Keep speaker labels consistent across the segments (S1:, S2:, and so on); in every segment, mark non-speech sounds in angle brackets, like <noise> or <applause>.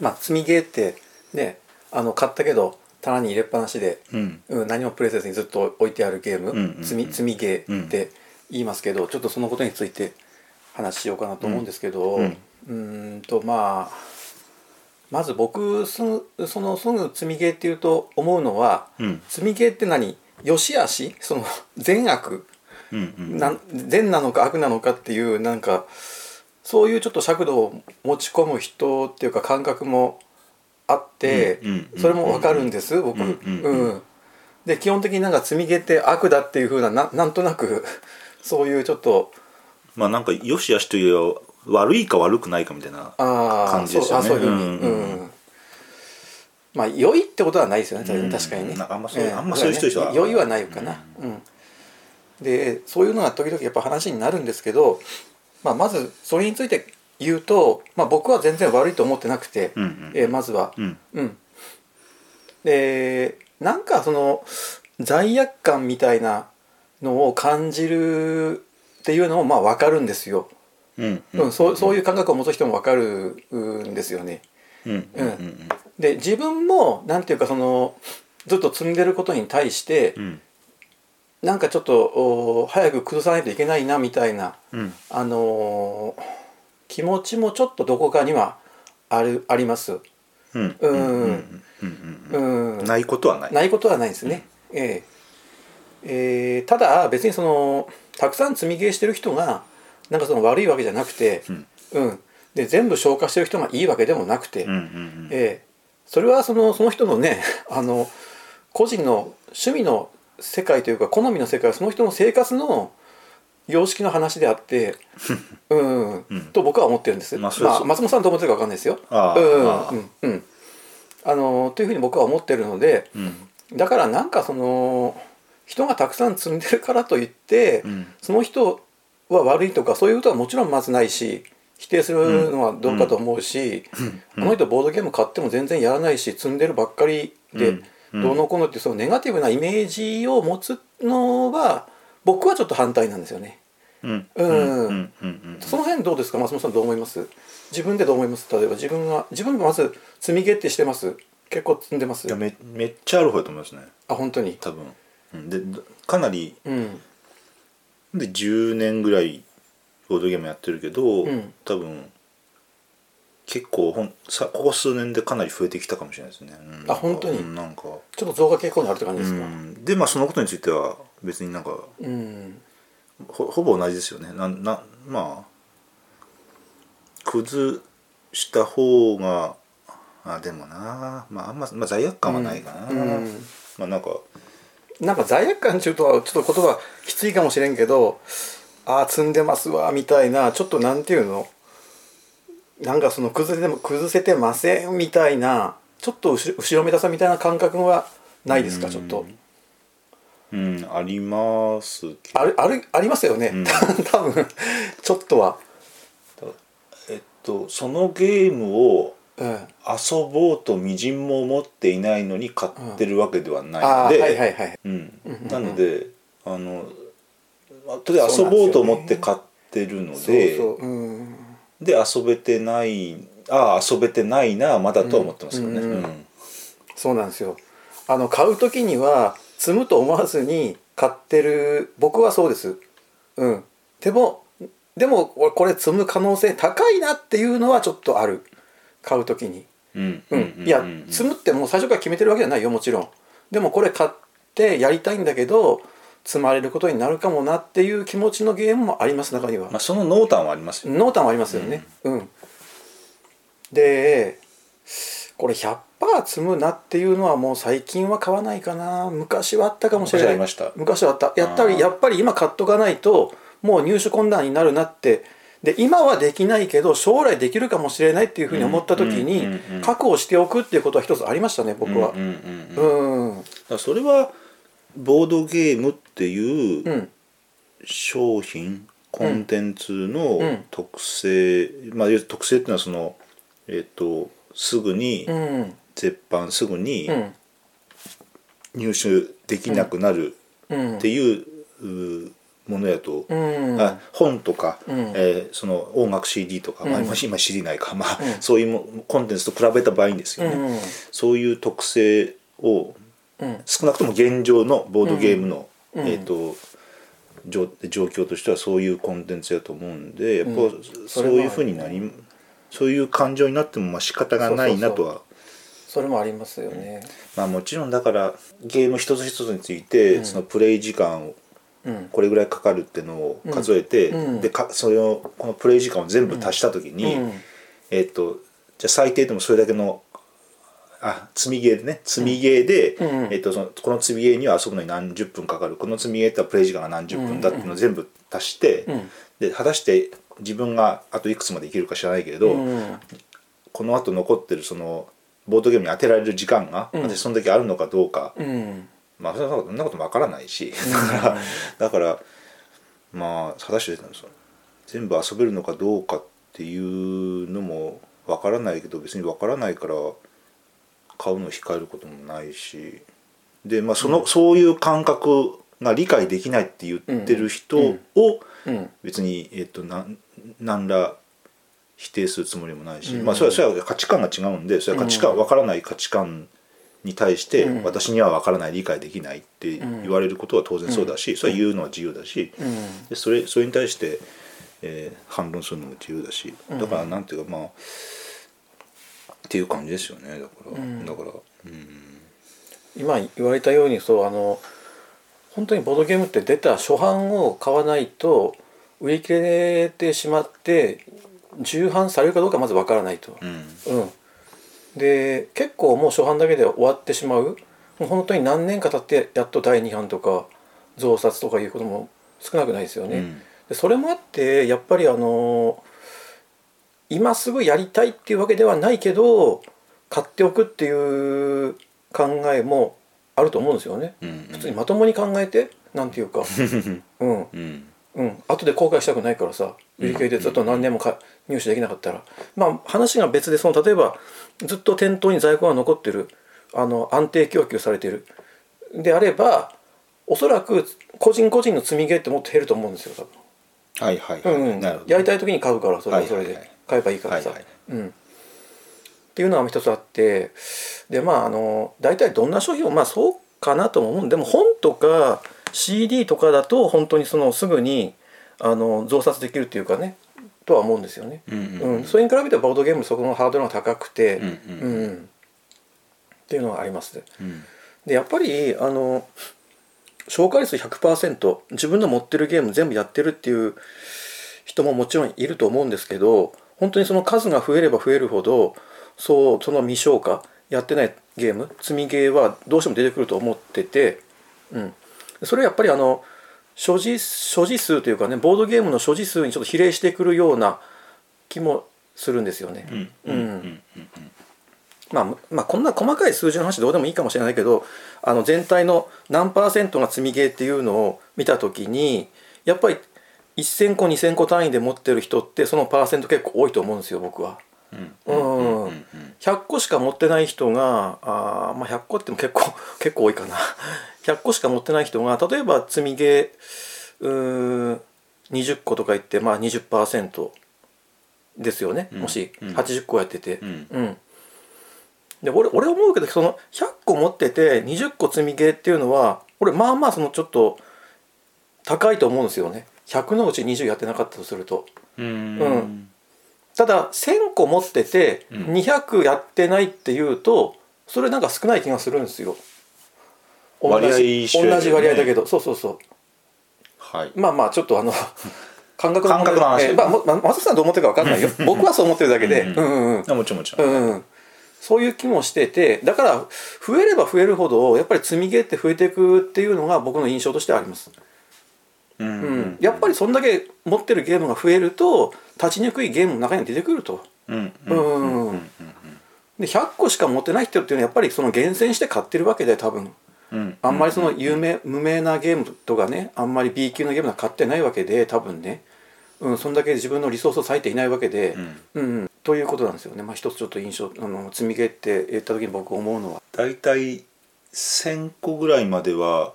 S1: まあ積みゲーってねあの買ったけど棚に入れっぱなしで、
S2: うん
S1: うん、何もプレイせずにずっと置いてあるゲーム、
S2: うんうんうん
S1: 積み積みゲーって言いますけど、ちょっとそのことについて話しようかなと思うんですけど、
S2: う
S1: うんーんとまあまず僕すぐそのすぐ積みゲーっていうと思うのは、
S2: うん
S1: 積みゲーって何良し悪しその <laughs> 善悪
S2: うんうん
S1: なん善なのか悪なのかっていうなんかそういうちょっと尺度を持ち込む人っていうか感覚もあって、
S2: うんうんうん
S1: それもわかるんです、僕、
S2: う
S1: うんん
S2: うんうん
S1: で基本的になんか積み毛って悪だっていうふうなななんとなくそういうちょっと
S2: まあなんかよしあしというよりは悪いか悪くないかみたいな
S1: あー
S2: 感じですよね
S1: そうあそういうふうに、
S2: うん
S1: うん
S2: うんうん
S1: まあ良いってことはないですよね、
S2: うん
S1: 確かにね
S2: なんかあんまそう
S1: ええ
S2: あんまそういう人でしょ
S1: ね良いはないかな、うんでそういうのが時々やっぱ話になるんですけど、まあ、まずそれについて言うと、まあ、僕は全然悪いと思ってなくて、
S2: うんうん
S1: ええまずは、
S2: うん
S1: うん、でなんかその罪悪感みたいなのを感じるっていうのもまあ分かるんですよ、
S2: うん
S1: うんそうそう
S2: い
S1: いう感覚を持つ人も分かるうんですよね。
S2: うんうんうん
S1: で自分もなんていうかそのずっと積んでることに対して
S2: うん
S1: なんかちょっとお早く崩さないといけないなみたいな、
S2: うん
S1: あのー気持ちもちょっとどこかにはあるあります。
S2: うん
S1: うん
S2: うん
S1: う
S2: う
S1: ん、
S2: んないことはない
S1: ないことはないですね。えええーただ別にそのたくさん積みゲーしてる人がなんかその悪いわけじゃなくて、
S2: うん
S1: うんで全部消化してる人がいいわけでもなくて、
S2: うんうんうん
S1: ええそれはそのその人のね <laughs> あの個人の趣味の世界というか好みの世界はその人の生活の様式の話であ
S2: <laughs>
S1: って、うん
S2: うん
S1: と僕は思ってるんです、
S2: ま
S1: ま
S2: あ
S1: あ
S2: そうそう
S1: 松本さんどう思ってるか分かんないですよ。
S2: ああああ
S1: うんうんうんあのというふうに僕は思ってるので
S2: うん
S1: だからなんかその人がたくさん積んでるからといって、
S2: うん
S1: その人は悪いとかそういうことはもちろんまずないし否定するのはどうかと思うし、あの人ボードゲーム買っても全然やらないし積んでるばっかりで
S2: うん
S1: どうのこうのっていうそのネガティブなイメージを持つのは僕はちょっと反対なんですよね。
S2: うん
S1: うん
S2: うんうん
S1: その辺どうですか松本さんどう思います自分でどう思います例えば自分が自分もまず積み毛ってしてます結構積んでます
S2: いやめめっちゃある方だと思いますね
S1: あ本当に
S2: 多分うんでどかなり
S1: うん
S2: で10年ぐらいボードゲームやってるけど、
S1: うん
S2: 多分結構ほんさここ数年でかなり増えてきたかもしれないですね、うん
S1: あ本当に
S2: うんなんか
S1: ちょっと増加傾向にあるって感じ
S2: う
S1: ですか
S2: んでまあそのことについては別になんか
S1: うん
S2: ほほぼ同じですよねなんなまあ崩した方があでもなまああんま、まあ、罪悪感はないかな、
S1: うんうん
S2: まあなんか
S1: なんか罪悪感中とはちょっと言葉きついかもしれんけどああ積んでますわみたいなちょっとなんていうのなんかその崩れても崩せてませんみたいなちょっと後ろ後ろめたさみたいな感覚はないですかちょっと
S2: うんありますけど
S1: あるあるありますよね、 <laughs> 多分ちょっとは、
S2: えっとそのゲームを
S1: うん、あ
S2: 遊ぼうとみじんも思っていないのに買ってるわけではない
S1: あ
S2: の
S1: ー
S2: で、
S1: はいはいはい
S2: うん
S1: うんうんうん
S2: なのであのまあとりあえず遊ぼうと思って買ってるの
S1: そう
S2: でで,、
S1: そううん
S2: 遊べてないああ遊べてないなまだとは思ってますよ
S1: う
S2: ね。
S1: んうん
S2: うん
S1: そうなんですよあの買う時には積むと思わずに買ってる僕はそうですうんでもでもこれ積む可能性高いなっていうのはちょっとある買う時に
S2: うん
S1: う
S2: うんん
S1: いや
S2: うん
S1: 積むってもう最初から決めてるわけじゃないよもちろんでもこれ買ってやりたいんだけど積まれることになるかもなっていう気持ちのゲームもあります中には
S2: まあ、その濃淡はありますよ、
S1: 濃淡はありますよね。うん。で、これ100%積むなっていうのはもう最近は買わないかな。昔はあったかもしれ
S2: 昔
S1: な
S2: あ
S1: い。
S2: りました
S1: 昔はあった。やった
S2: あー
S1: り、やっぱり今買っとかないと、もう入手困難になるなって。で、今はできないけど、将来できるかもしれないっていうふうに思った時
S2: う
S1: に
S2: んうんうん、
S1: 確保しておくっていうことは一つありましたね、僕は
S2: うん。うんうんうん
S1: うん。うん。
S2: だからそれはボードゲームっていう、
S1: うん。
S2: 商品コンテンツの
S1: うん
S2: 特性、まあ要するに特性っていうのはそのえっ、とすぐに
S1: うん。
S2: 絶版すぐに
S1: うん。
S2: 入手できなくなる
S1: うん
S2: っていう,うー、ものやと、
S1: うん
S2: あ本とか、
S1: うん
S2: えーその音楽 CD とか、まあ、
S1: うん
S2: 今今 CD ないか、まあ
S1: うん
S2: そういうもコンテンツと比べた場合にですよね、
S1: うん
S2: そういう特性を
S1: うん
S2: 少なくとも現状のボードゲームの、
S1: うん
S2: えー、と状状況としてはそういうコンテンツやと思うんでやっぱ
S1: うん
S2: そういうふうになり、そういう感情になってもまあ仕方がないなとは。
S1: それもありますよね
S2: まあ、もちろんだからゲーム一つ一つについて、そのプレイ時間を
S1: うん
S2: これぐらいかかるってのを数えて、
S1: うん
S2: でかそれをこのプレイ時間を全部足した時に、
S1: うん
S2: えっとじゃあ最低でもそれだけのあ積みゲーでね積みゲーで、
S1: うんうん
S2: えっとそのこの積みゲーには遊ぶのに何十分かかるこの積みゲーってのはプレイ時間が何十分だっていうのを全部足して、
S1: ん
S2: で果たして自分があといくつまでいけるか知らないけれど、
S1: うん
S2: このあと残ってるそのボードゲームに当てられる時間が、
S1: ん
S2: 私その時あるのかどうか、
S1: うん
S2: まあそんなことそんなこともわからないしだから、だからまあ果たしてその全部遊べるのかどうかっていうのもわからないけど別にわからないから買うのを控えることもないしでまあその、そういう感覚が理解できないって言ってる人を、
S1: うん
S2: 別に、えっとなん何ら否定するつもりもないし、
S1: うん
S2: まあそれはそれは価値観が違うんでそれは価値観、わからない価値観に対して、
S1: うん
S2: 私には分からない理解できないって言われることは当然そうだし、それは言うのは自由だし、
S1: うん
S2: でそれそれに対して、えー反論するのも自由だしだからなんていうかまあっていう感じですよねだから、
S1: ん
S2: だから、
S1: 今言われたようにそうあの本当にボードゲームって出た初版を買わないと売り切れてしまって重版されるかどうかまずわからないと、
S2: うん
S1: うん、で結構もう初版だけで終わってしまうもう本当に何年か経ってやっと第2版とか増刷とかいうことも少なくないですよね、
S2: うん
S1: でそれもあってやっぱりあの今すぐやりたいっていうわけではないけど買っておくっていう考えもあると思うんですよね、
S2: うん
S1: 普通にまともに考えてなんていう
S2: <laughs>
S1: かうん
S2: うんうん
S1: うん、後で後悔したくないからさ売り切れてずっと何年もか入手できなかったら、まあ、話が別でその例えばずっと店頭に在庫が残ってるあの安定供給されてるであればおそらく個人個人の積みゲーってもっと減ると思うんですよ多分
S2: はいはいはい、
S1: うんうん、
S2: なるほど
S1: やりたい時に買うからそれはそれ
S2: はいはい
S1: で
S2: はい
S1: 買えばいいからさ、
S2: はいはい
S1: うん、っていうのが一つあってでまああの大体どんな商品もまあそうかなとも思うんでも本とか CD とかだと本当にそのすぐにあの増刷できるっていうかねとは思うんですよね、
S2: うんうん
S1: うんそれに比べてボードゲームそこのハードルが高くて、
S2: うんう
S1: うんっていうのがあります
S2: うん
S1: でやっぱりあの紹介率100%自分の持ってるゲーム全部やってるっていう人ももちろんいると思うんですけど本当にその数が増えれば増えるほどそうその未消化やってないゲーム積みゲーはどうしても出てくると思ってて、うん、それはやっぱりあの所持所持数というかねボードゲームの所持数にちょっと比例してくるような気もするんですよね。
S2: うん
S1: う
S2: うんんうん
S1: まあ、まあこんな細かい数字の話どうでもいいかもしれないけどあの全体の何パーセントが積みゲーっていうのを見た時にやっぱり1,000個2,000個単位で持ってる人ってそのパーセント結構多いと思うんですよ僕は。
S2: うん
S1: うん
S2: うん
S1: 100個しか持ってない人があー、まあ、100個っても結構 <laughs> 結構多いかな100個しか持ってない人が例えば積みゲーうーん20個とか言って、まあ、20%ですよね、
S2: うん
S1: もし
S2: うん
S1: 80個やってて、
S2: うん
S1: うん、で俺俺思うけどその100個持ってて20個積みゲーっていうのは俺まあまあそのちょっと高いと思うんですよね100のうち20やってなかったとすると
S2: うん
S1: う
S2: うんん
S1: ただ1,000個持ってて
S2: うん
S1: 200やってないっていうとそれなんか少ない気がするんですよ同
S2: 割合
S1: じ
S2: 一緒やけどね
S1: 同じ割合だけどそうそうそ
S2: はいう
S1: まあまあちょっとあ
S2: <laughs>
S1: の感覚の問題
S2: 感覚の話
S1: えーまあもまあ松崎さんどう思ってるか分かんないよ僕はそう思ってるだけで
S2: うん
S1: うんうんうん
S2: あもちろんもち
S1: う
S2: ろん、
S1: んうん、そういう気もしててだから増えれば増えるほどやっぱり積みゲーって増えていくっていうのが僕の印象としてはあります、
S2: うん
S1: うんやっぱりそんだけ持ってるゲームが増えると立ちにくいゲームの中に出てくると、
S2: うん
S1: う
S2: うん
S1: んうんうんで100個しか持ってない人っていうのはやっぱりその厳選して買ってるわけで多分
S2: うん
S1: あんまりその有名無名なゲームとかねあんまり B 級のゲームは買ってないわけで多分ね、うん、そんだけ自分のリソースを割いていないわけで、
S2: う
S1: う
S2: ん
S1: んうんということなんですよね、まあ、一つちょっと印象あの積みゲーって言った時に僕思うのは
S2: 大体1000個ぐらいまでは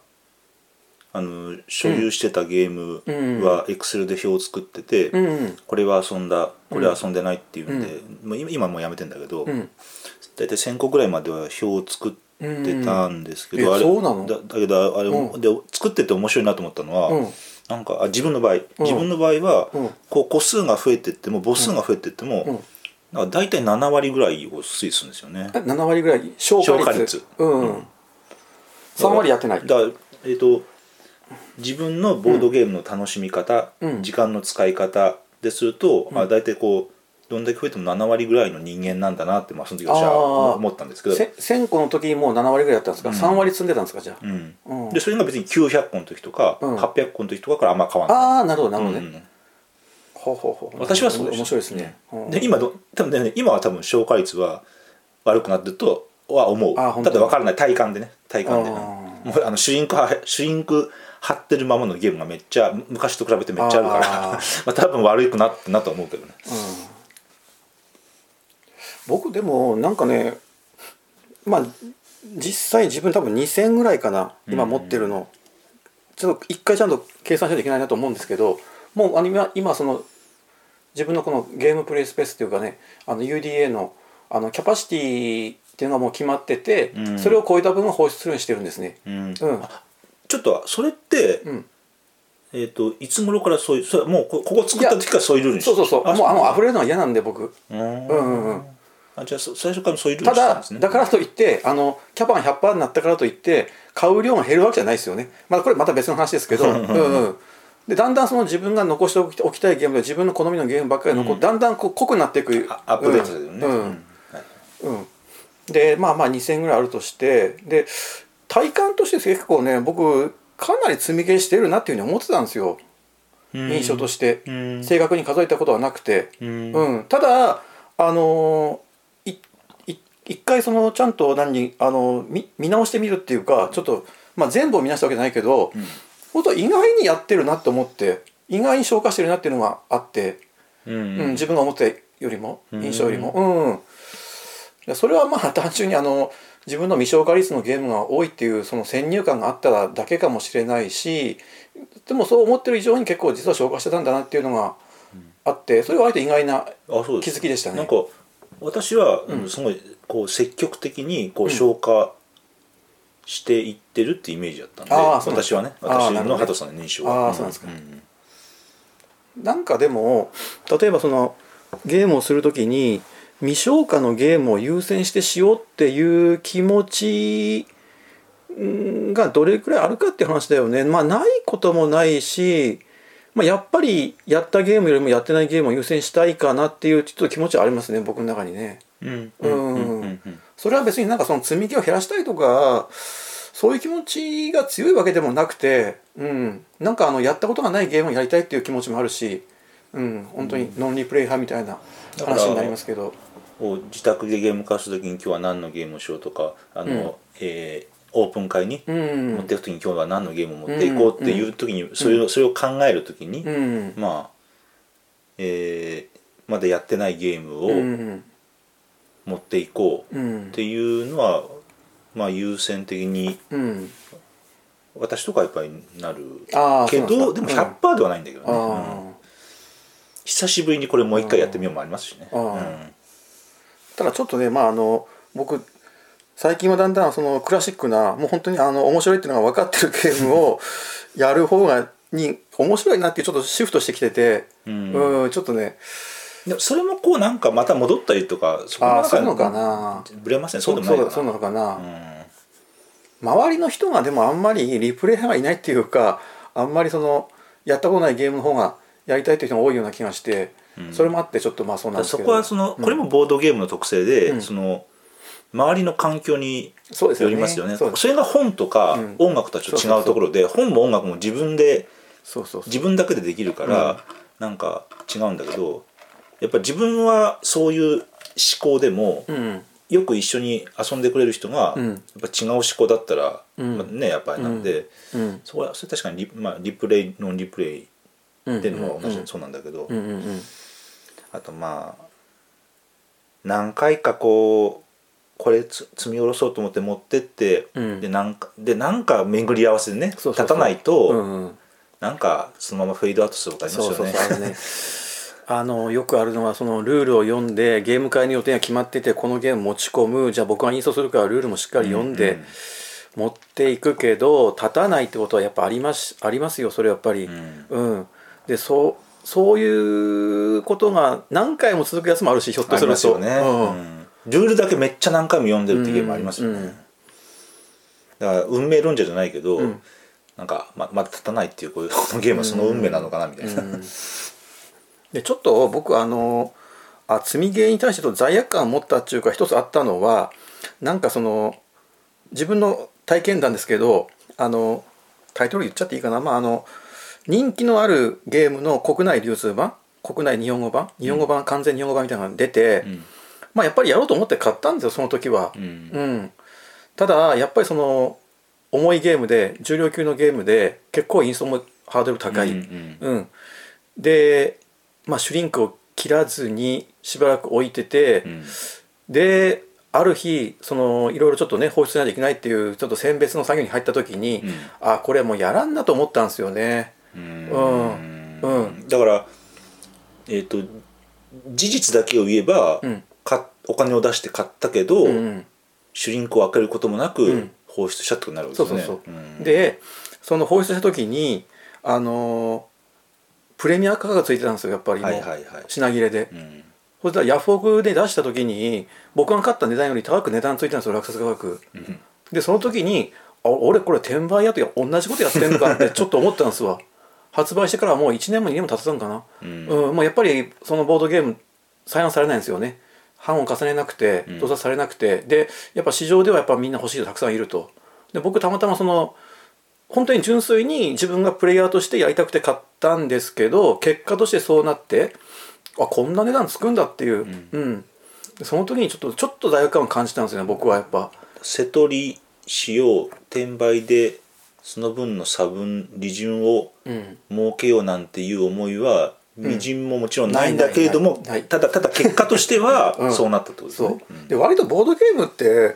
S2: あの所有してたゲームは Excel で表を作ってて、
S1: うんうん
S2: これは遊んだこれは遊んでないっていうんで、もう今今もうやめてんだけど、
S1: うん
S2: 大体1,000個ぐらいまでは表を作ってたんですけど、
S1: うん
S2: あれ
S1: えそうなの
S2: だだけどあれ、
S1: うん
S2: で作ってて面白いなと思ったのは、
S1: うん
S2: なんかあ自分の場合自分の場合は、
S1: うん
S2: こう個数が増えてっても母数が増えてっても、
S1: うん
S2: なんか大体7割ぐらいを推移するんですよね。
S1: え7割ぐらい消化率
S2: 消化率
S1: うん、3割やってない
S2: だからえっ、と自分のボードゲームの楽しみ方、
S1: うん
S2: 時間の使い方ですると、まあ、大体こうどんだけ増えても7割ぐらいの人間なんだなって、まあ、その時私
S1: あ
S2: は
S1: ー
S2: 思ったんですけど、
S1: せ1000個の時にもう7割ぐらいやったんですか、3割積んでたんですかじゃあ、
S2: うん
S1: うん
S2: でそれが別に900個の時とか、
S1: うん
S2: 800個の時とかからあんま変わらない。
S1: ああなるほどなるほど
S2: う
S1: ね、
S2: ん
S1: ほうほうほう
S2: 私はそう
S1: 面白いですね、うん
S2: で今ど多分、ね、今は多分消化率は悪くなってるとは思う
S1: あ
S2: た
S1: 本当
S2: だ分からない体感でね体感で
S1: あー
S2: もうあのシュリンクはシュリンク貼ってるままのゲームがめっちゃ昔と比べてめっちゃあるから
S1: あ
S2: <laughs> まあ多分悪くなってなとは思うけどね
S1: 僕でもなんかねまあ実際自分多分2000ぐらいかな今持ってるの、ちょっと一回ちゃんと計算しないといけないなと思うんですけどもうあの今今その自分のこのゲームプレイスペースっていうかねあの UDA のあのキャパシティっていうのはもう決まってて、
S2: うん
S1: それを超えた分は放出するようにしてるんですね。
S2: うん
S1: うん
S2: あちょっとそれって、
S1: うん
S2: えっといつ頃からそういうそれはもうこここ作った時からそういうルールに
S1: そうそうそう
S2: あ
S1: もうあの溢れるのは嫌なんで僕。
S2: うん
S1: うんうんうん
S2: あじゃあそ最初からそういうルー
S1: た
S2: ルにしたん
S1: だ
S2: ですね
S1: だからといってあのキャパン100%になったからといって買う量が減るわけじゃないですよね、まあ、これまた別の話ですけどうん、うん、でだんだんその自分が残しておきおきたいゲームで自分の好みのゲームばっかり残、だんだんこう濃くなっていく
S2: あアップデートだよね、
S1: うん
S2: う
S1: うんん
S2: はい
S1: うんでまあまあ2000ぐらいあるとしてで体感として結構ね僕かなり積み消してるなっていうふうに思ってたんですよ
S2: うん
S1: 印象として、
S2: うん
S1: 正確に数えたことはなくて、
S2: うん
S1: うん、ただあのーいい一回そのちゃんと何あの見見直してみるっていうかちょっと、まあ、全部を見直したわけじゃないけど、本当意外にやってるなと思って意外に消化してるなっていうのがあって、
S2: うん
S1: うん自分が思ったよりも
S2: ん
S1: 印象よりも、うんいやそれはまあ単純にあの自分の未消化率のゲームが多いっていうその先入観があっただけかもしれないしでもそう思ってる以上に結構実は消化してたんだなっていうのがあってそれは割と意外な
S2: あそうです
S1: 気づきでしたね
S2: なんか私は、うんすごいこう積極的にこう消化していってるってイメージだったんで、
S1: あーそうなんです
S2: 私はね
S1: あー
S2: 私
S1: なる
S2: の
S1: ほどね
S2: 鳩さんの印象は
S1: あーそうなんですか
S2: ん
S1: なんかでも例えばそのゲームをするときに未消化のゲームを優先してしようっていう気持ちうんがどれくらいあるかっていう話だよね。まあないこともないし、まあ、やっぱりやったゲームよりもやってないゲームを優先したいかなっていうちょっと気持ちはありますね僕の中にね。
S2: うんう
S1: うんん
S2: うんうんうん
S1: それは別になんかその積み木を減らしたいとかそういう気持ちが強いわけでもなくて、うん、なんかあのやったことがないゲームをやりたいっていう気持ちもあるし、うん、本当にノンリプレイ派みたいな話になりますけど
S2: こう自宅でゲーム化するときに今日は何のゲームをしようとかあの、
S1: うん
S2: えーオープン会に
S1: う
S2: 持
S1: ん
S2: っていくときに今日は何のゲームを持っていこうっていうときに、それをそれを考えるときに、
S1: うん
S2: まあ、えーまだやってないゲーム
S1: う
S2: を
S1: ん
S2: 持っていこう
S1: う
S2: っ
S1: ん
S2: ていうのは、まあ、優先的に
S1: うん
S2: 私とかやっぱりなる
S1: あー
S2: けど
S1: そう
S2: で
S1: なんで
S2: も
S1: すか
S2: 100%ではないんだけどね、
S1: あ
S2: うん
S1: ー
S2: 久しぶりにこれもう一回やってみようもありますしね、
S1: あーただちょっとねまああの僕最近はだんだんそのクラシックなもう本当にあの面白いっていうのが分かってるゲームをやる方がに面白いなっていうちょっとシフトしてきてて、
S2: うん
S1: うん、ちょっとね
S2: でもそれもこうなんかまた戻ったりとかそ
S1: ああそうのか
S2: か
S1: な
S2: ぶれません、ね、そ
S1: そうう
S2: でもない
S1: そ
S2: か
S1: う
S2: な
S1: そうなのか
S2: う
S1: な、
S2: ん
S1: 周りの人がでもあんまりリプレイ派がいないっていうかあんまりそのやったことないゲームの方がやりたいっていう人が多いような気がして、それもあってちょっとまあそうなんです
S2: そ
S1: けど
S2: こはそのこれもボードゲームの特性で、
S1: ん
S2: その周りの環境に
S1: そうです
S2: よ
S1: よ
S2: り
S1: ね
S2: ますよね,、
S1: そうです
S2: れが本とか
S1: ん
S2: 音楽とはちょっと違うところで、本も音楽も自分で
S1: そうそうそう
S2: 自分だけでできるから、なんか違うんだけどやっぱ自分はそういう思考でも、
S1: うん
S2: よく一緒に遊んでくれる人が、
S1: うん
S2: やっぱ違う思考だったら、
S1: ん
S2: まあねやっぱりなんで、
S1: うん
S2: そこはそれ確かにリ,、まあ、リプレイノンリプレイ
S1: うん
S2: っていうのは同じ、そうなんだけど、
S1: うんうんうん
S2: あとまあ何回かこうこれつ積み下ろそうと思って持ってって、
S1: うん
S2: でなんかでなんか巡り合わせでね
S1: そうそうそう
S2: 立たないと、
S1: うんうん
S2: なんかそのままフェードアウトすることありま
S1: そ
S2: すよ
S1: う
S2: ね
S1: そうそうあのねあのよくあるのはそのルールを読んでゲーム会の予定が決まっててこのゲーム持ち込むじゃあ僕はインストするからルールもしっかり読んで持っていくけど立たないってことはやっぱありますありますよそれやっぱり。
S2: ん
S1: うんでそうそういうことが何回も続くやつもあるしひょっと
S2: あ
S1: す
S2: り
S1: る
S2: ます
S1: と。
S2: よね、
S1: うん
S2: うんルールだけめっちゃ何回も読んでるってゲームありますよね、
S1: うんうん
S2: だから運命論者じゃないけど、
S1: ん
S2: なんかままだ立たないっていうこういうこのゲームはその運命なのかなみたいな、
S1: でちょっと僕あのあ積みゲーに対してと罪悪感を持ったっていうか一つあったのはなんかその自分の体験談ですけどあのタイトル言っちゃっていいかな、まあ、あの人気のあるゲームの国内流通版国内日本語版日本語版、完全日本語版みたいなのが出て、
S2: ん
S1: まあ、やっぱりやろうと思って買ったんですよその時は。
S2: うん
S1: うん、ただやっぱりその重いゲームで重量級のゲームで結構インストもハードル高い、
S2: うんうん
S1: うんで、まあ、シュリンクを切らずにしばらく置いてて、
S2: うん
S1: である日そのいろいろちょっとね放出しないといけないっていうちょっと選別の作業に入った時に、
S2: うん
S1: あこれもうやらんなと思ったんですよね。
S2: うん
S1: うん
S2: だから、えー、と事実だけを言えば、
S1: うん
S2: かお金を出して買ったけど、
S1: うん
S2: 主人公を開けることもなく、
S1: うん
S2: 放出したってことになるわけ
S1: そ
S2: で
S1: う
S2: す
S1: そう
S2: ね
S1: そう、
S2: ん
S1: でその放出した時にあのープレミア価格がついてたんですよやっぱりもう、
S2: はいはいはい、
S1: 品切れで、
S2: うん
S1: そしたらヤフオクで出した時に僕が買った値段より高く値段ついてたんですよ落札価格
S2: うん
S1: でその時にあ俺これ転売屋とや同じことやってんのかってちょっと思ったんですわ <laughs> 発売してからもう1年も2年も経ってたのかな、
S2: うん
S1: うんもうやっぱりそのボードゲーム採用されないんですよね版を重ねなくて
S2: ん
S1: 盗撮されなくて、でやっぱ市場ではやっぱみんな欲しい人たくさんいるとで僕たまたまその本当に純粋に自分がプレイヤーとしてやりたくて買ったんですけど結果としてそうなってあこんな値段つくんだっていう、うんでその時にちょっとちょっと罪悪感を感じたんですよね僕はやっぱ。
S2: 瀬取りしよう転売でその分の差分利潤を
S1: うん
S2: 儲けようなんていう思いは微塵ももちろんないんだけれど
S1: な
S2: も
S1: いないないない
S2: ただただ結果として
S1: う
S2: は
S1: ん
S2: そうなったってことです
S1: そ
S2: ね。
S1: うで割とボードゲームって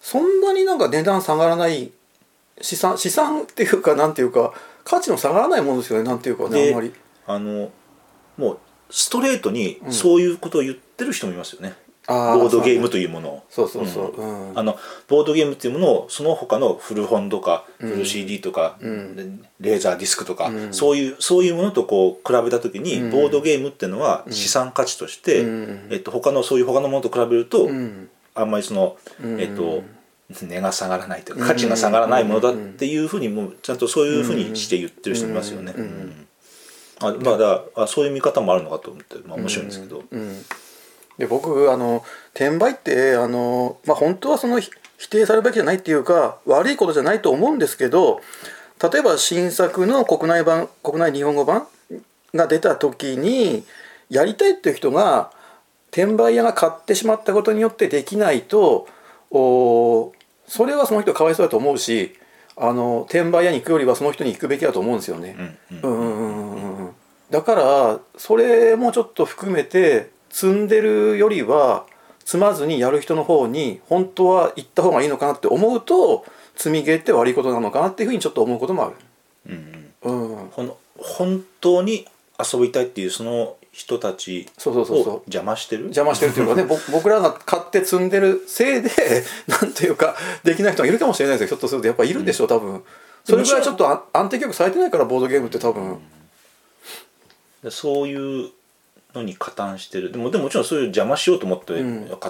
S1: そんなになんか値段下がらない資産資産っていうかなんていうか価値の下がらないものですよねなんていうかねあんまり
S2: であのもうストレートにそういうことを言ってる人もいますよね、
S1: あ
S2: ボードゲームというものを。
S1: そうそうそううん
S2: あのボードゲームっていうものをその他の古本とか古 CD とか、レーザーディスクとか、そういうそういうものとこう比べた時に、ボードゲームっていうのは資産価値として、
S1: うん
S2: えっと、他のそういう他のものと比べると、
S1: うん
S2: あんまりその、えっと値が下がらないというか価値が下がらないものだっていうふうにもうちゃんとそういうふうにして言ってる人いますよね。うんあまあ、だからあそういう見方もあるのかと思って、まあ、面白いんですけど、
S1: うんで僕あの転売ってあの、まあ、本当はそのひ否定されるべきじゃないっていうか悪いことじゃないと思うんですけど例えば新作の国内版国内日本語版が出た時にやりたいっていう人が転売屋が買ってしまったことによってできないとおーそれはその人かわいそうだと思うしあの転売屋に行くよりはその人に行くべきだと思うんですよね。
S2: うんうん
S1: うんうんうんうんうんだからそれもちょっと含めて積んでるよりは積まずにやる人の方に本当は行った方がいいのかなって思うと積みゲーって悪いことなのかなっていうふうにちょっと思うこともある。
S2: うんうん
S1: うん、
S2: この本当に遊びたいっていうその人たち
S1: そうそうそうそう
S2: を邪魔してる
S1: 邪魔してるというかねぼ僕らが買って積んでるせいでなんていうかできない人がいるかもしれないですよひょっとするとやっぱいるんでしょ多分それぐらいちょっとあ安定局されてないからボードゲームって多分
S2: でそういうのに加担してるでもでももちろんそういう邪魔しようと思って買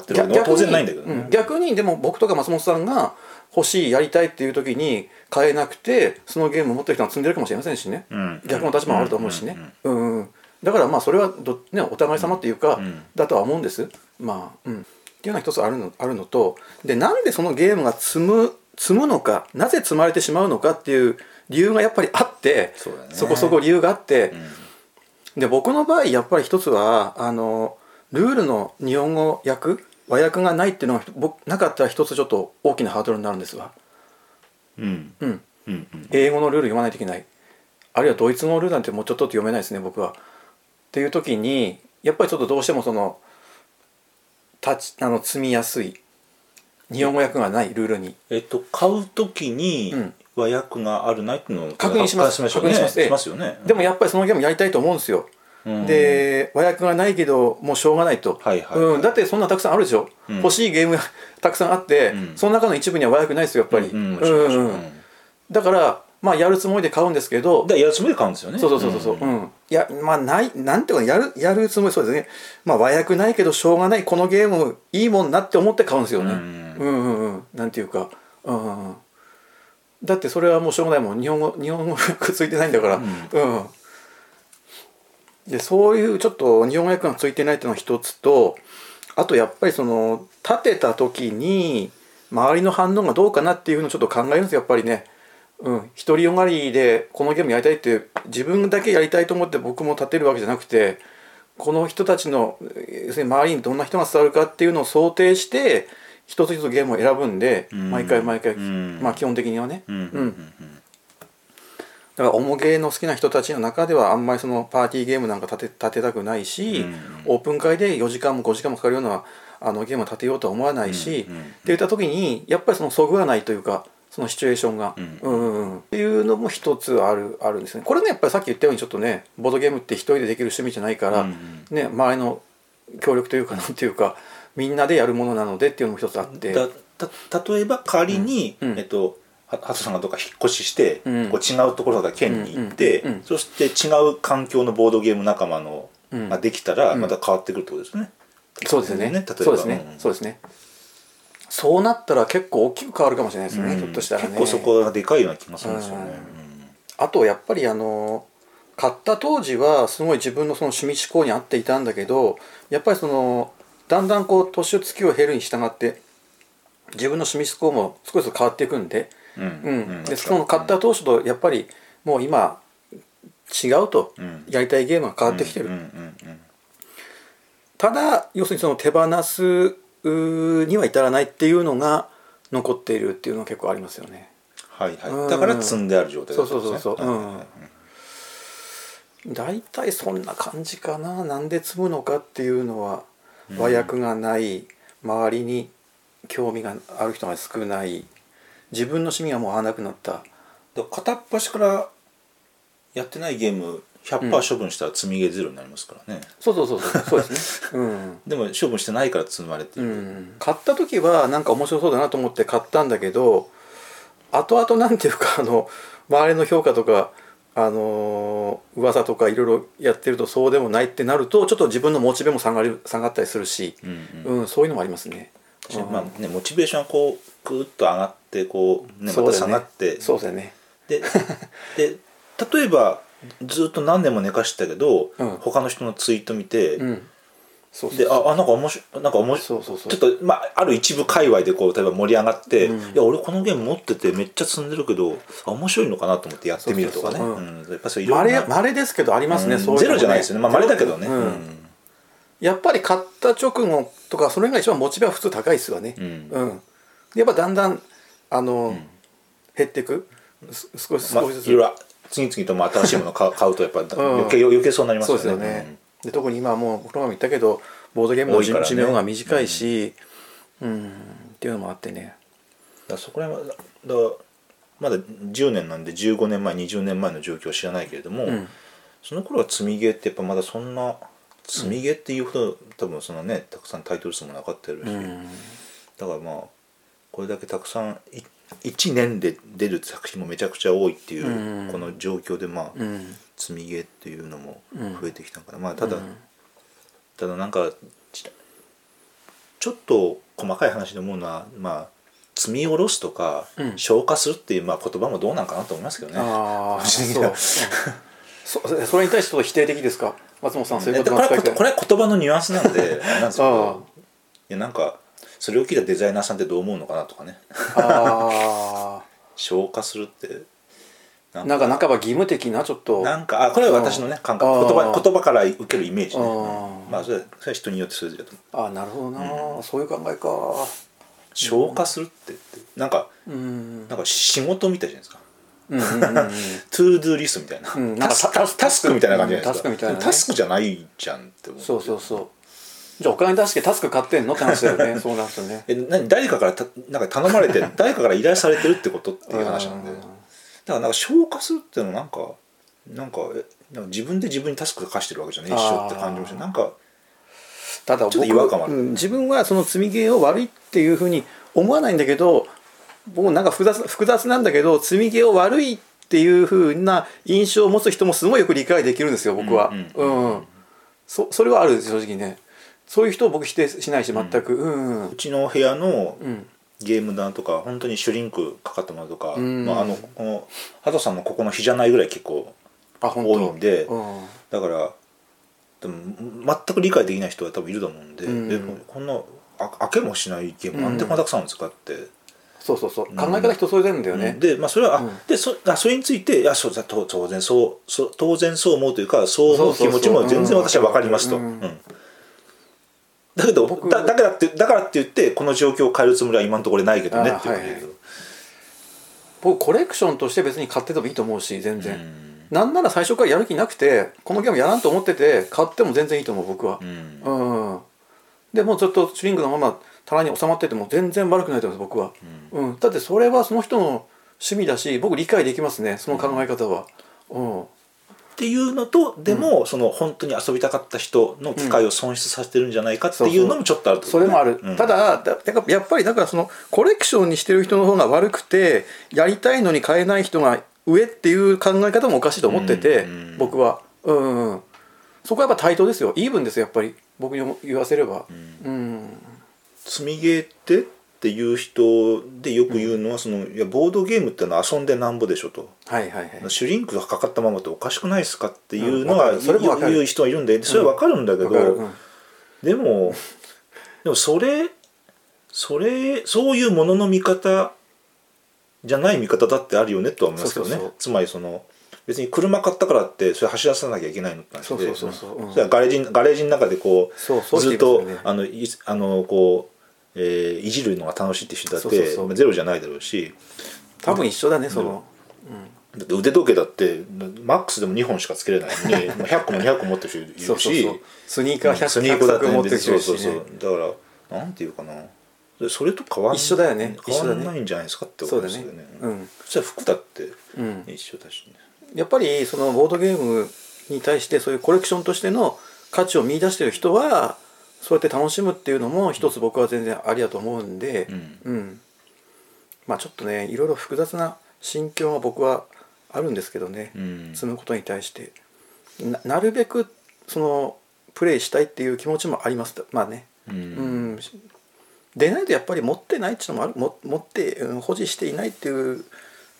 S2: ってるわけは当然ないんだけどね、
S1: うん逆にでも僕とか松本さんが欲しいやりたいっていう時に買えなくてそのゲームを持ってる人が積んでるかもしれませんしね、
S2: うん
S1: 逆の立場もあると思うしね、うんうんだからまあそれはど、ね、お互い様っていうか、
S2: ん
S1: だとは思うんですまあうんっていうのは一つあるのあるのとでなんでそのゲームが積む積むのかなぜ積まれてしまうのかっていう理由がやっぱりあって
S2: そうだね
S1: こそこ理由があって、で僕の場合やっぱり一つはあのルールの日本語訳和訳がないっていうのが僕なかったら一つちょっと大きなハードルになるんですわ、
S2: うん
S1: うん、
S2: うんうん
S1: 英語のルール読まないといけないあるいはドイツ語のルールなんてもうちょっと読めないですね僕は。っていう時にやっぱりちょっとどうしてもその立ちあの積みやすい日本語訳がないルールに
S2: えっと買う時に
S1: うん
S2: 和訳があるないっていうのを
S1: 確認します
S2: 確
S1: 確認しますええ
S2: しますよね
S1: でもやっぱりそのゲームやりたいと思うんですよ、
S2: うん
S1: で和訳がないけどもうしょうがないと、
S2: はいはい
S1: うん、だってそんなたくさんあるでしょ、
S2: うん
S1: 欲しいゲームが <laughs> たくさんあって、
S2: うん
S1: その中の一部には和訳ないですよやっぱり、
S2: うんうん
S1: うん
S2: うん
S1: うんだからまあやるつもりで買うんですけど
S2: だからやるつもりで買うんですよね
S1: そうそうそうそう、うん
S2: ん
S1: いやまあないなんていうかやるやるつもりそうですね、まあ、和訳ないけどしょうがないこのゲームいいもんなって思って買うんですよね、
S2: うん
S1: うんうんうんなんていうか、うんうんうん、だってそれはもうしょうがないもん日本語日本語訳ついてないんだから、
S2: う
S1: うんんでそういうちょっと日本語訳がついてないっていうのが一つとあとやっぱりその立てた時に周りの反応がどうかなっていうのをちょっと考えるんですよやっぱりね。うん、独りよがりでこのゲームやりたいって自分だけやりたいと思って僕も立てるわけじゃなくてこの人たちのえー要するに周りにどんな人が伝わるかっていうのを想定して一つ一つゲームを選ぶんで
S2: ん
S1: 毎回毎回、
S2: うん
S1: まあ基本的にはね、
S2: うんうんうん
S1: だから重ゲーの好きな人たちの中ではあんまりそのパーティーゲームなんか立て立てたくないし、
S2: うん
S1: オープン会で4時間も5時間もかかるようなあのゲームを立てようとは思わないし、
S2: うんうん
S1: って言った時にやっぱりそのそぐわないというかそのシチュエーションが、
S2: うん
S1: うんうんうんっていうのも一つあるあるんですね。これねやっぱりさっき言ったようにちょっとねボードゲームって一人でできる趣味じゃないから、
S2: うん
S1: ね周りの協力というかなんていうかみんなでやるものなのでっていうのも一つあって。
S2: だた例えば仮に、
S1: うんうん
S2: えっとはハトさんがどっか引っ越しして、
S1: うん
S2: こう違うところだ県に行って、
S1: うんうんうん
S2: そして違う環境のボードゲーム仲間の、
S1: うん
S2: ができたら
S1: うん
S2: また変わってくるってことですね。
S1: そうです
S2: ね
S1: ね
S2: 例え。ば
S1: そうですね
S2: う。ん
S1: そうですね。そうなったら結構大きく変わるかもしれないですね。
S2: うん
S1: ひょっとしたらね。
S2: 結構そこがでかいような気がするんですよね。
S1: あとやっぱりあの買った当時はすごい自分のその趣味思考に合っていたんだけど、やっぱりそのだんだんこう年を月を減るに従って自分の趣味思考も少しずつ変わっていくんで、
S2: うん
S1: う
S2: うん
S1: ん。で
S2: うん
S1: その買った当初とやっぱりもう今違うと
S2: うん
S1: やりたいゲームが変わってきてる
S2: うんう。んうん
S1: ただ要するにその手放すうーには至らないっていうのが残っているっていうのは結構ありますよね
S2: はいは
S1: う
S2: い。
S1: ん
S2: だから積んである状態だったんですね
S1: そうそうそうそううん
S2: はいはい
S1: 大体そんな感じかななんで積むのかっていうのは和訳がない周りに興味がある人が少ない自分の趣味がもう合わなくなった
S2: だから片っ端からやってないゲーム100%処分したら積みゲーゼロになりますからね。
S1: そうそうそうそうそうですねうん
S2: でも処分してないから積まれて
S1: う
S2: る。
S1: ん、買った時はなんか面白そうだなと思って買ったんだけど後々なんていうかあの周りの評価とかあのー噂とかいろいろやってるとそうでもないってなるとちょっと自分のモチベも下がる下がったりするし、
S2: うんうん
S1: うんそういうのもありますね。
S2: 確か
S1: う
S2: に
S1: ん
S2: まあね、モチベーションはこうグーッと上がってこう、ね、ま
S1: そう
S2: た
S1: だよ
S2: 下
S1: ね
S2: がって、
S1: そうだよね。 <laughs>
S2: でで例えばずっと何年も寝かしてたけど、
S1: うん
S2: 他の人のツイート見て、
S1: うん。そうそう
S2: でああなんか面白いなんか面白い
S1: そうそうそう。
S2: ちょっと、まあ、ある一部界隈でこう例えば盛り上がって、
S1: うん
S2: いや俺このゲーム持っててめっちゃ積んでるけどあ面白いのかなと思ってやってみるとかね
S1: そうそう
S2: う
S1: そうん
S2: やっぱそういろ
S1: ま
S2: ん
S1: れ
S2: な
S1: まれですけどありますね、
S2: うん
S1: そういうの
S2: ゼロじゃないですよねまあまれだけどね、
S1: うんやっぱり買った直後とかそれが一番モチベは普通高いですわね。
S2: うん
S1: うん、やっぱだんだんあの、減っていくす少し
S2: まあ、い
S1: 少
S2: ろ
S1: しずつ、
S2: いろ次々とまあ新しいものを買う買うとやっぱ余計,、余計そうになります
S1: そう
S2: よ
S1: で
S2: ね
S1: すよね、で特に今はもう僕らも言ったけどボードゲームの
S2: 多いからね
S1: 寿命が短いし、うんっていうのもあってね
S2: だからそこら辺はだだまだ10年なんで15年前20年前の状況を知らないけれども、
S1: ん
S2: その頃は積みゲーってやっぱまだそんな積みゲーっていうほど、多分そのねたくさんタイトル数もなかったやろうし、
S1: うん
S2: だからまあこれだけたくさん1年で出る作品もめちゃくちゃ多いっていう、
S1: うん
S2: この状況でまあ、
S1: うん
S2: 積みゲーっていうのも
S1: うん
S2: 増えてきたのから、まあただ、
S1: うん
S2: ただなんかちちょっと細かい話で思うのはまあ積み下ろすとか、
S1: うん
S2: 消化するっていう、まあ、言葉もどうなんかなと思いますけどね。
S1: ああ
S2: 個人的
S1: そう、う
S2: には
S1: んそ <laughs> それに対してちょっと否定的ですか松本さんそうい
S2: え
S1: う
S2: こ
S1: こ
S2: れ
S1: とが
S2: は
S1: 使い
S2: こ
S1: た
S2: と
S1: い
S2: これは言葉のニュアンスなんで
S1: <laughs>
S2: あれなんですけ
S1: あ
S2: どいやなんかそれを聞いたデザイナーさんってどう思うのかなとかね
S1: あ
S2: 消化するって
S1: あなんか半ば義務的なちょっと
S2: なんかあこれは私のね感覚
S1: あ
S2: 言
S1: ー
S2: 葉言葉から受けるイメージね、
S1: あー
S2: うんまあそれはそれは人によってそれぞれだと思う
S1: ああなるほどな、そういう考えか
S2: 消化するってってなんか
S1: うん
S2: なんか仕事みたいじゃないですか
S1: うんうんうんうん
S2: トゥードゥーリストみたいな,、
S1: うんなん
S2: タ
S1: か
S2: スク
S1: タ
S2: タスクみたいな感じじゃないですか、
S1: うんタスクみたいなね
S2: タスクじゃないじゃんって思う
S1: そうそうそじゃあお金出してタスク買ってんのって話だよ
S2: <laughs>
S1: ねそうなんですよね
S2: え何誰かからたなんか頼まれ
S1: <laughs>
S2: て誰かから依頼されてるってことっていう話なんで
S1: う
S2: だ
S1: ん
S2: からなんか消化するっていうのなんかなんかえなんか自分で自分にタスク課してるわけじゃない一緒って感じもしてなんか
S1: ただ僕
S2: ちょっと違和感はある
S1: うん自分はその積みゲーを悪いっていうふうに思わないんだけど僕もなんか複雑複雑なんだけど積みゲーを悪いっていうふうな印象を持つ人もすごいよく理解できるんですよ僕は
S2: う
S1: うん、そそれはある正直ねそういう人を僕否定しないし全くうんうん
S2: うちの部屋の
S1: うん
S2: ゲーム弾とか本当にシュリンクかかったものとか、
S1: うん
S2: まあ、あのこのハトさんのここの日じゃないぐらい結構
S1: あ本
S2: 多いんで、
S1: うん
S2: だからでも全く理解できない人は多分いると思うんで、
S1: うん
S2: えこんなあ開けもしないゲームなんでこんなたくさん使って、
S1: そうそうそう考え方人それぞれなんだよね、
S2: でまあそれは、あ
S1: うん
S2: でそあそれについていやそうだと当然そうそう当然そう思うというかそう思う気持ちも全然私は分かりますと。
S1: そうそうそううん
S2: うんだけど
S1: 僕
S2: だだからってだからって言ってこの状況を変えるつもりは今のところないけどね
S1: あ
S2: っていう
S1: はいはい僕コレクションとして別に買っててもいいと思うし全然、なんなら最初からやる気なくてこのゲームやらんと思ってて買っても全然いいと思う僕は
S2: うんうん
S1: うん、でもうずっとシュリンクのまま棚に収まってても全然悪くないと思います僕は、うんだってそれはその人の趣味だし僕理解できますねその考え方はうん、
S2: っていうのとでも、その本当に遊びたかった人の機会を損失させてるんじゃないかっていうのもちょっとあるってこ
S1: そ
S2: と
S1: れ
S2: ね
S1: もある、
S2: うん
S1: ただだだからやっぱりだからそのコレクションにしてる人の方が悪くてやりたいのに買えない人が上っていう考え方もおかしいと思ってて、
S2: うんうん
S1: 僕は、うんうんうん、そこはやっぱ対等ですよイーブンですよやっぱり僕に言わせれば、うん
S2: 積みゲーってっていう人でよく言うのは、そのいやボードゲームってのは遊んでなんぼでしょと、
S1: はいはいはい
S2: シュリンクがかかったままっておかしくないですかっていうの
S1: うんわか
S2: は、
S1: るそれもわかる
S2: 言う人がいるんでそれはわかるんだけど、
S1: わかるうん
S2: でもでもそれそれそういうものの見方じゃない見方だってあるよねとは思いますけどね
S1: そうそうそう
S2: つまりその別に車買ったからってそれ走らさなきゃいけないのって話で
S1: そうそうそうそううん
S2: れはガレージガレージの中でこう
S1: そうそう
S2: ずっ
S1: そ
S2: と
S1: うですよね
S2: あのいあのこう、えーいじるのが楽しいって人だっ
S1: そ
S2: て
S1: うそうそう
S2: まあゼロじゃないだろうし
S1: 多分一緒だねその、
S2: だって腕時計だってマックスでも2本しかつけれない
S1: <laughs>
S2: のにまあ100個も200個持ってる人
S1: そ
S2: いる
S1: うそう
S2: し
S1: そうスニーカー
S2: スニ
S1: 100
S2: ーカーだって
S1: 着持って
S2: 別
S1: る
S2: に
S1: し、
S2: そ
S1: ね、
S2: うそうそうだからなんていうかなでそれと変わん
S1: 一緒だよね
S2: 変わん
S1: 一緒だ
S2: ないんじゃないですかってことですよね
S1: そうだねうん
S2: そしたら服だって
S1: うん
S2: 一緒だしね、
S1: やっぱりそのボードゲームに対してそういうコレクションとしての価値を見出してる人はそうやって楽しむっていうのも一つ僕は全然ありだと思うんで、
S2: うん
S1: まあちょっとねいろいろ複雑な心境が僕はあるんですけどね、
S2: うん
S1: そのことに対してななるべくそのプレイしたいっていう気持ちもありますまあね、
S2: うん
S1: うんでないとやっぱり持ってないっていうのもあるも持って、うん保持していないっていう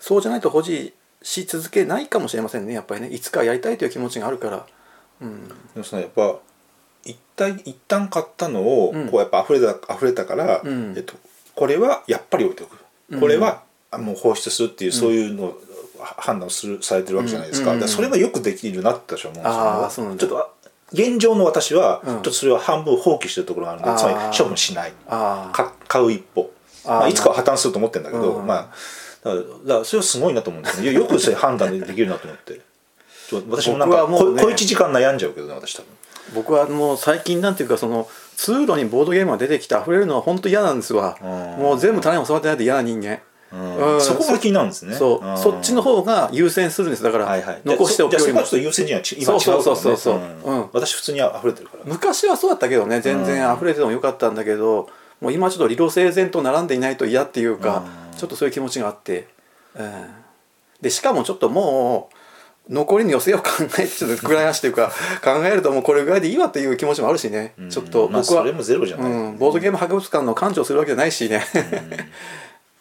S1: そうじゃないと保持し続けないかもしれませんねやっぱりねいつかやりたいという気持ちがあるから、うん、
S2: でもそのやっぱ一旦一旦買ったのを
S1: うん
S2: こうやっぱ溢れた溢れたから、
S1: うん
S2: えっと、これはやっぱり置いておく、
S1: うん
S2: これはあもう放出するっていう、そういうのをは判断するされてるわけじゃないです
S1: う
S2: か,、
S1: んうんうん
S2: それがよくできるなって私は思うんですよね
S1: あーそうなんだ
S2: ちょっとあ現状の私は、
S1: うん
S2: ちょっとそれは半分放棄してるところがあるの
S1: あー
S2: でつまり処分しない
S1: ああ
S2: か買う一歩
S1: あー
S2: まあ、いつかは破綻すると思ってるんだけど、
S1: うん
S2: まあだからだからそれはすごいなと思うんですよねよくそれ判断できるなと思ってちょ私もなんか
S1: 僕はもうね
S2: こ小一時間悩んじゃうけどね私多分。
S1: 僕はもう最近なんていうかその通路にボードゲームが出てきて溢れるのは本当嫌なんですわ、
S2: うん
S1: もう全部種に収まってないと嫌な人間、
S2: うん
S1: うん
S2: そこが気になるんですね。
S1: そう、
S2: ん
S1: そっちの方が優先するんですだから、
S2: はいはい。
S1: 残しておくよ
S2: じゃ
S1: り
S2: あそこ
S1: も
S2: はちょっと優先順位はち今違うからね。
S1: そうそうそうそうそううん
S2: 私普通に溢れてるから。
S1: 昔はそうだったけどね全然溢れててもよかったんだけど、もう今ちょっと理路整然と並んでいないと嫌っていうか、ちょっとそういう気持ちがあって、うん、でしかもちょっともう残りの寄せを考えてちょっとぐらい足という <laughs> か考えるともうこれぐらいでいいわっていう気持ちもあるしね、
S2: うん
S1: ちょっと
S2: まあ
S1: 僕は、
S2: それもゼロじゃない。
S1: うん、ボードゲーム博物館の館長するわけじゃないしね、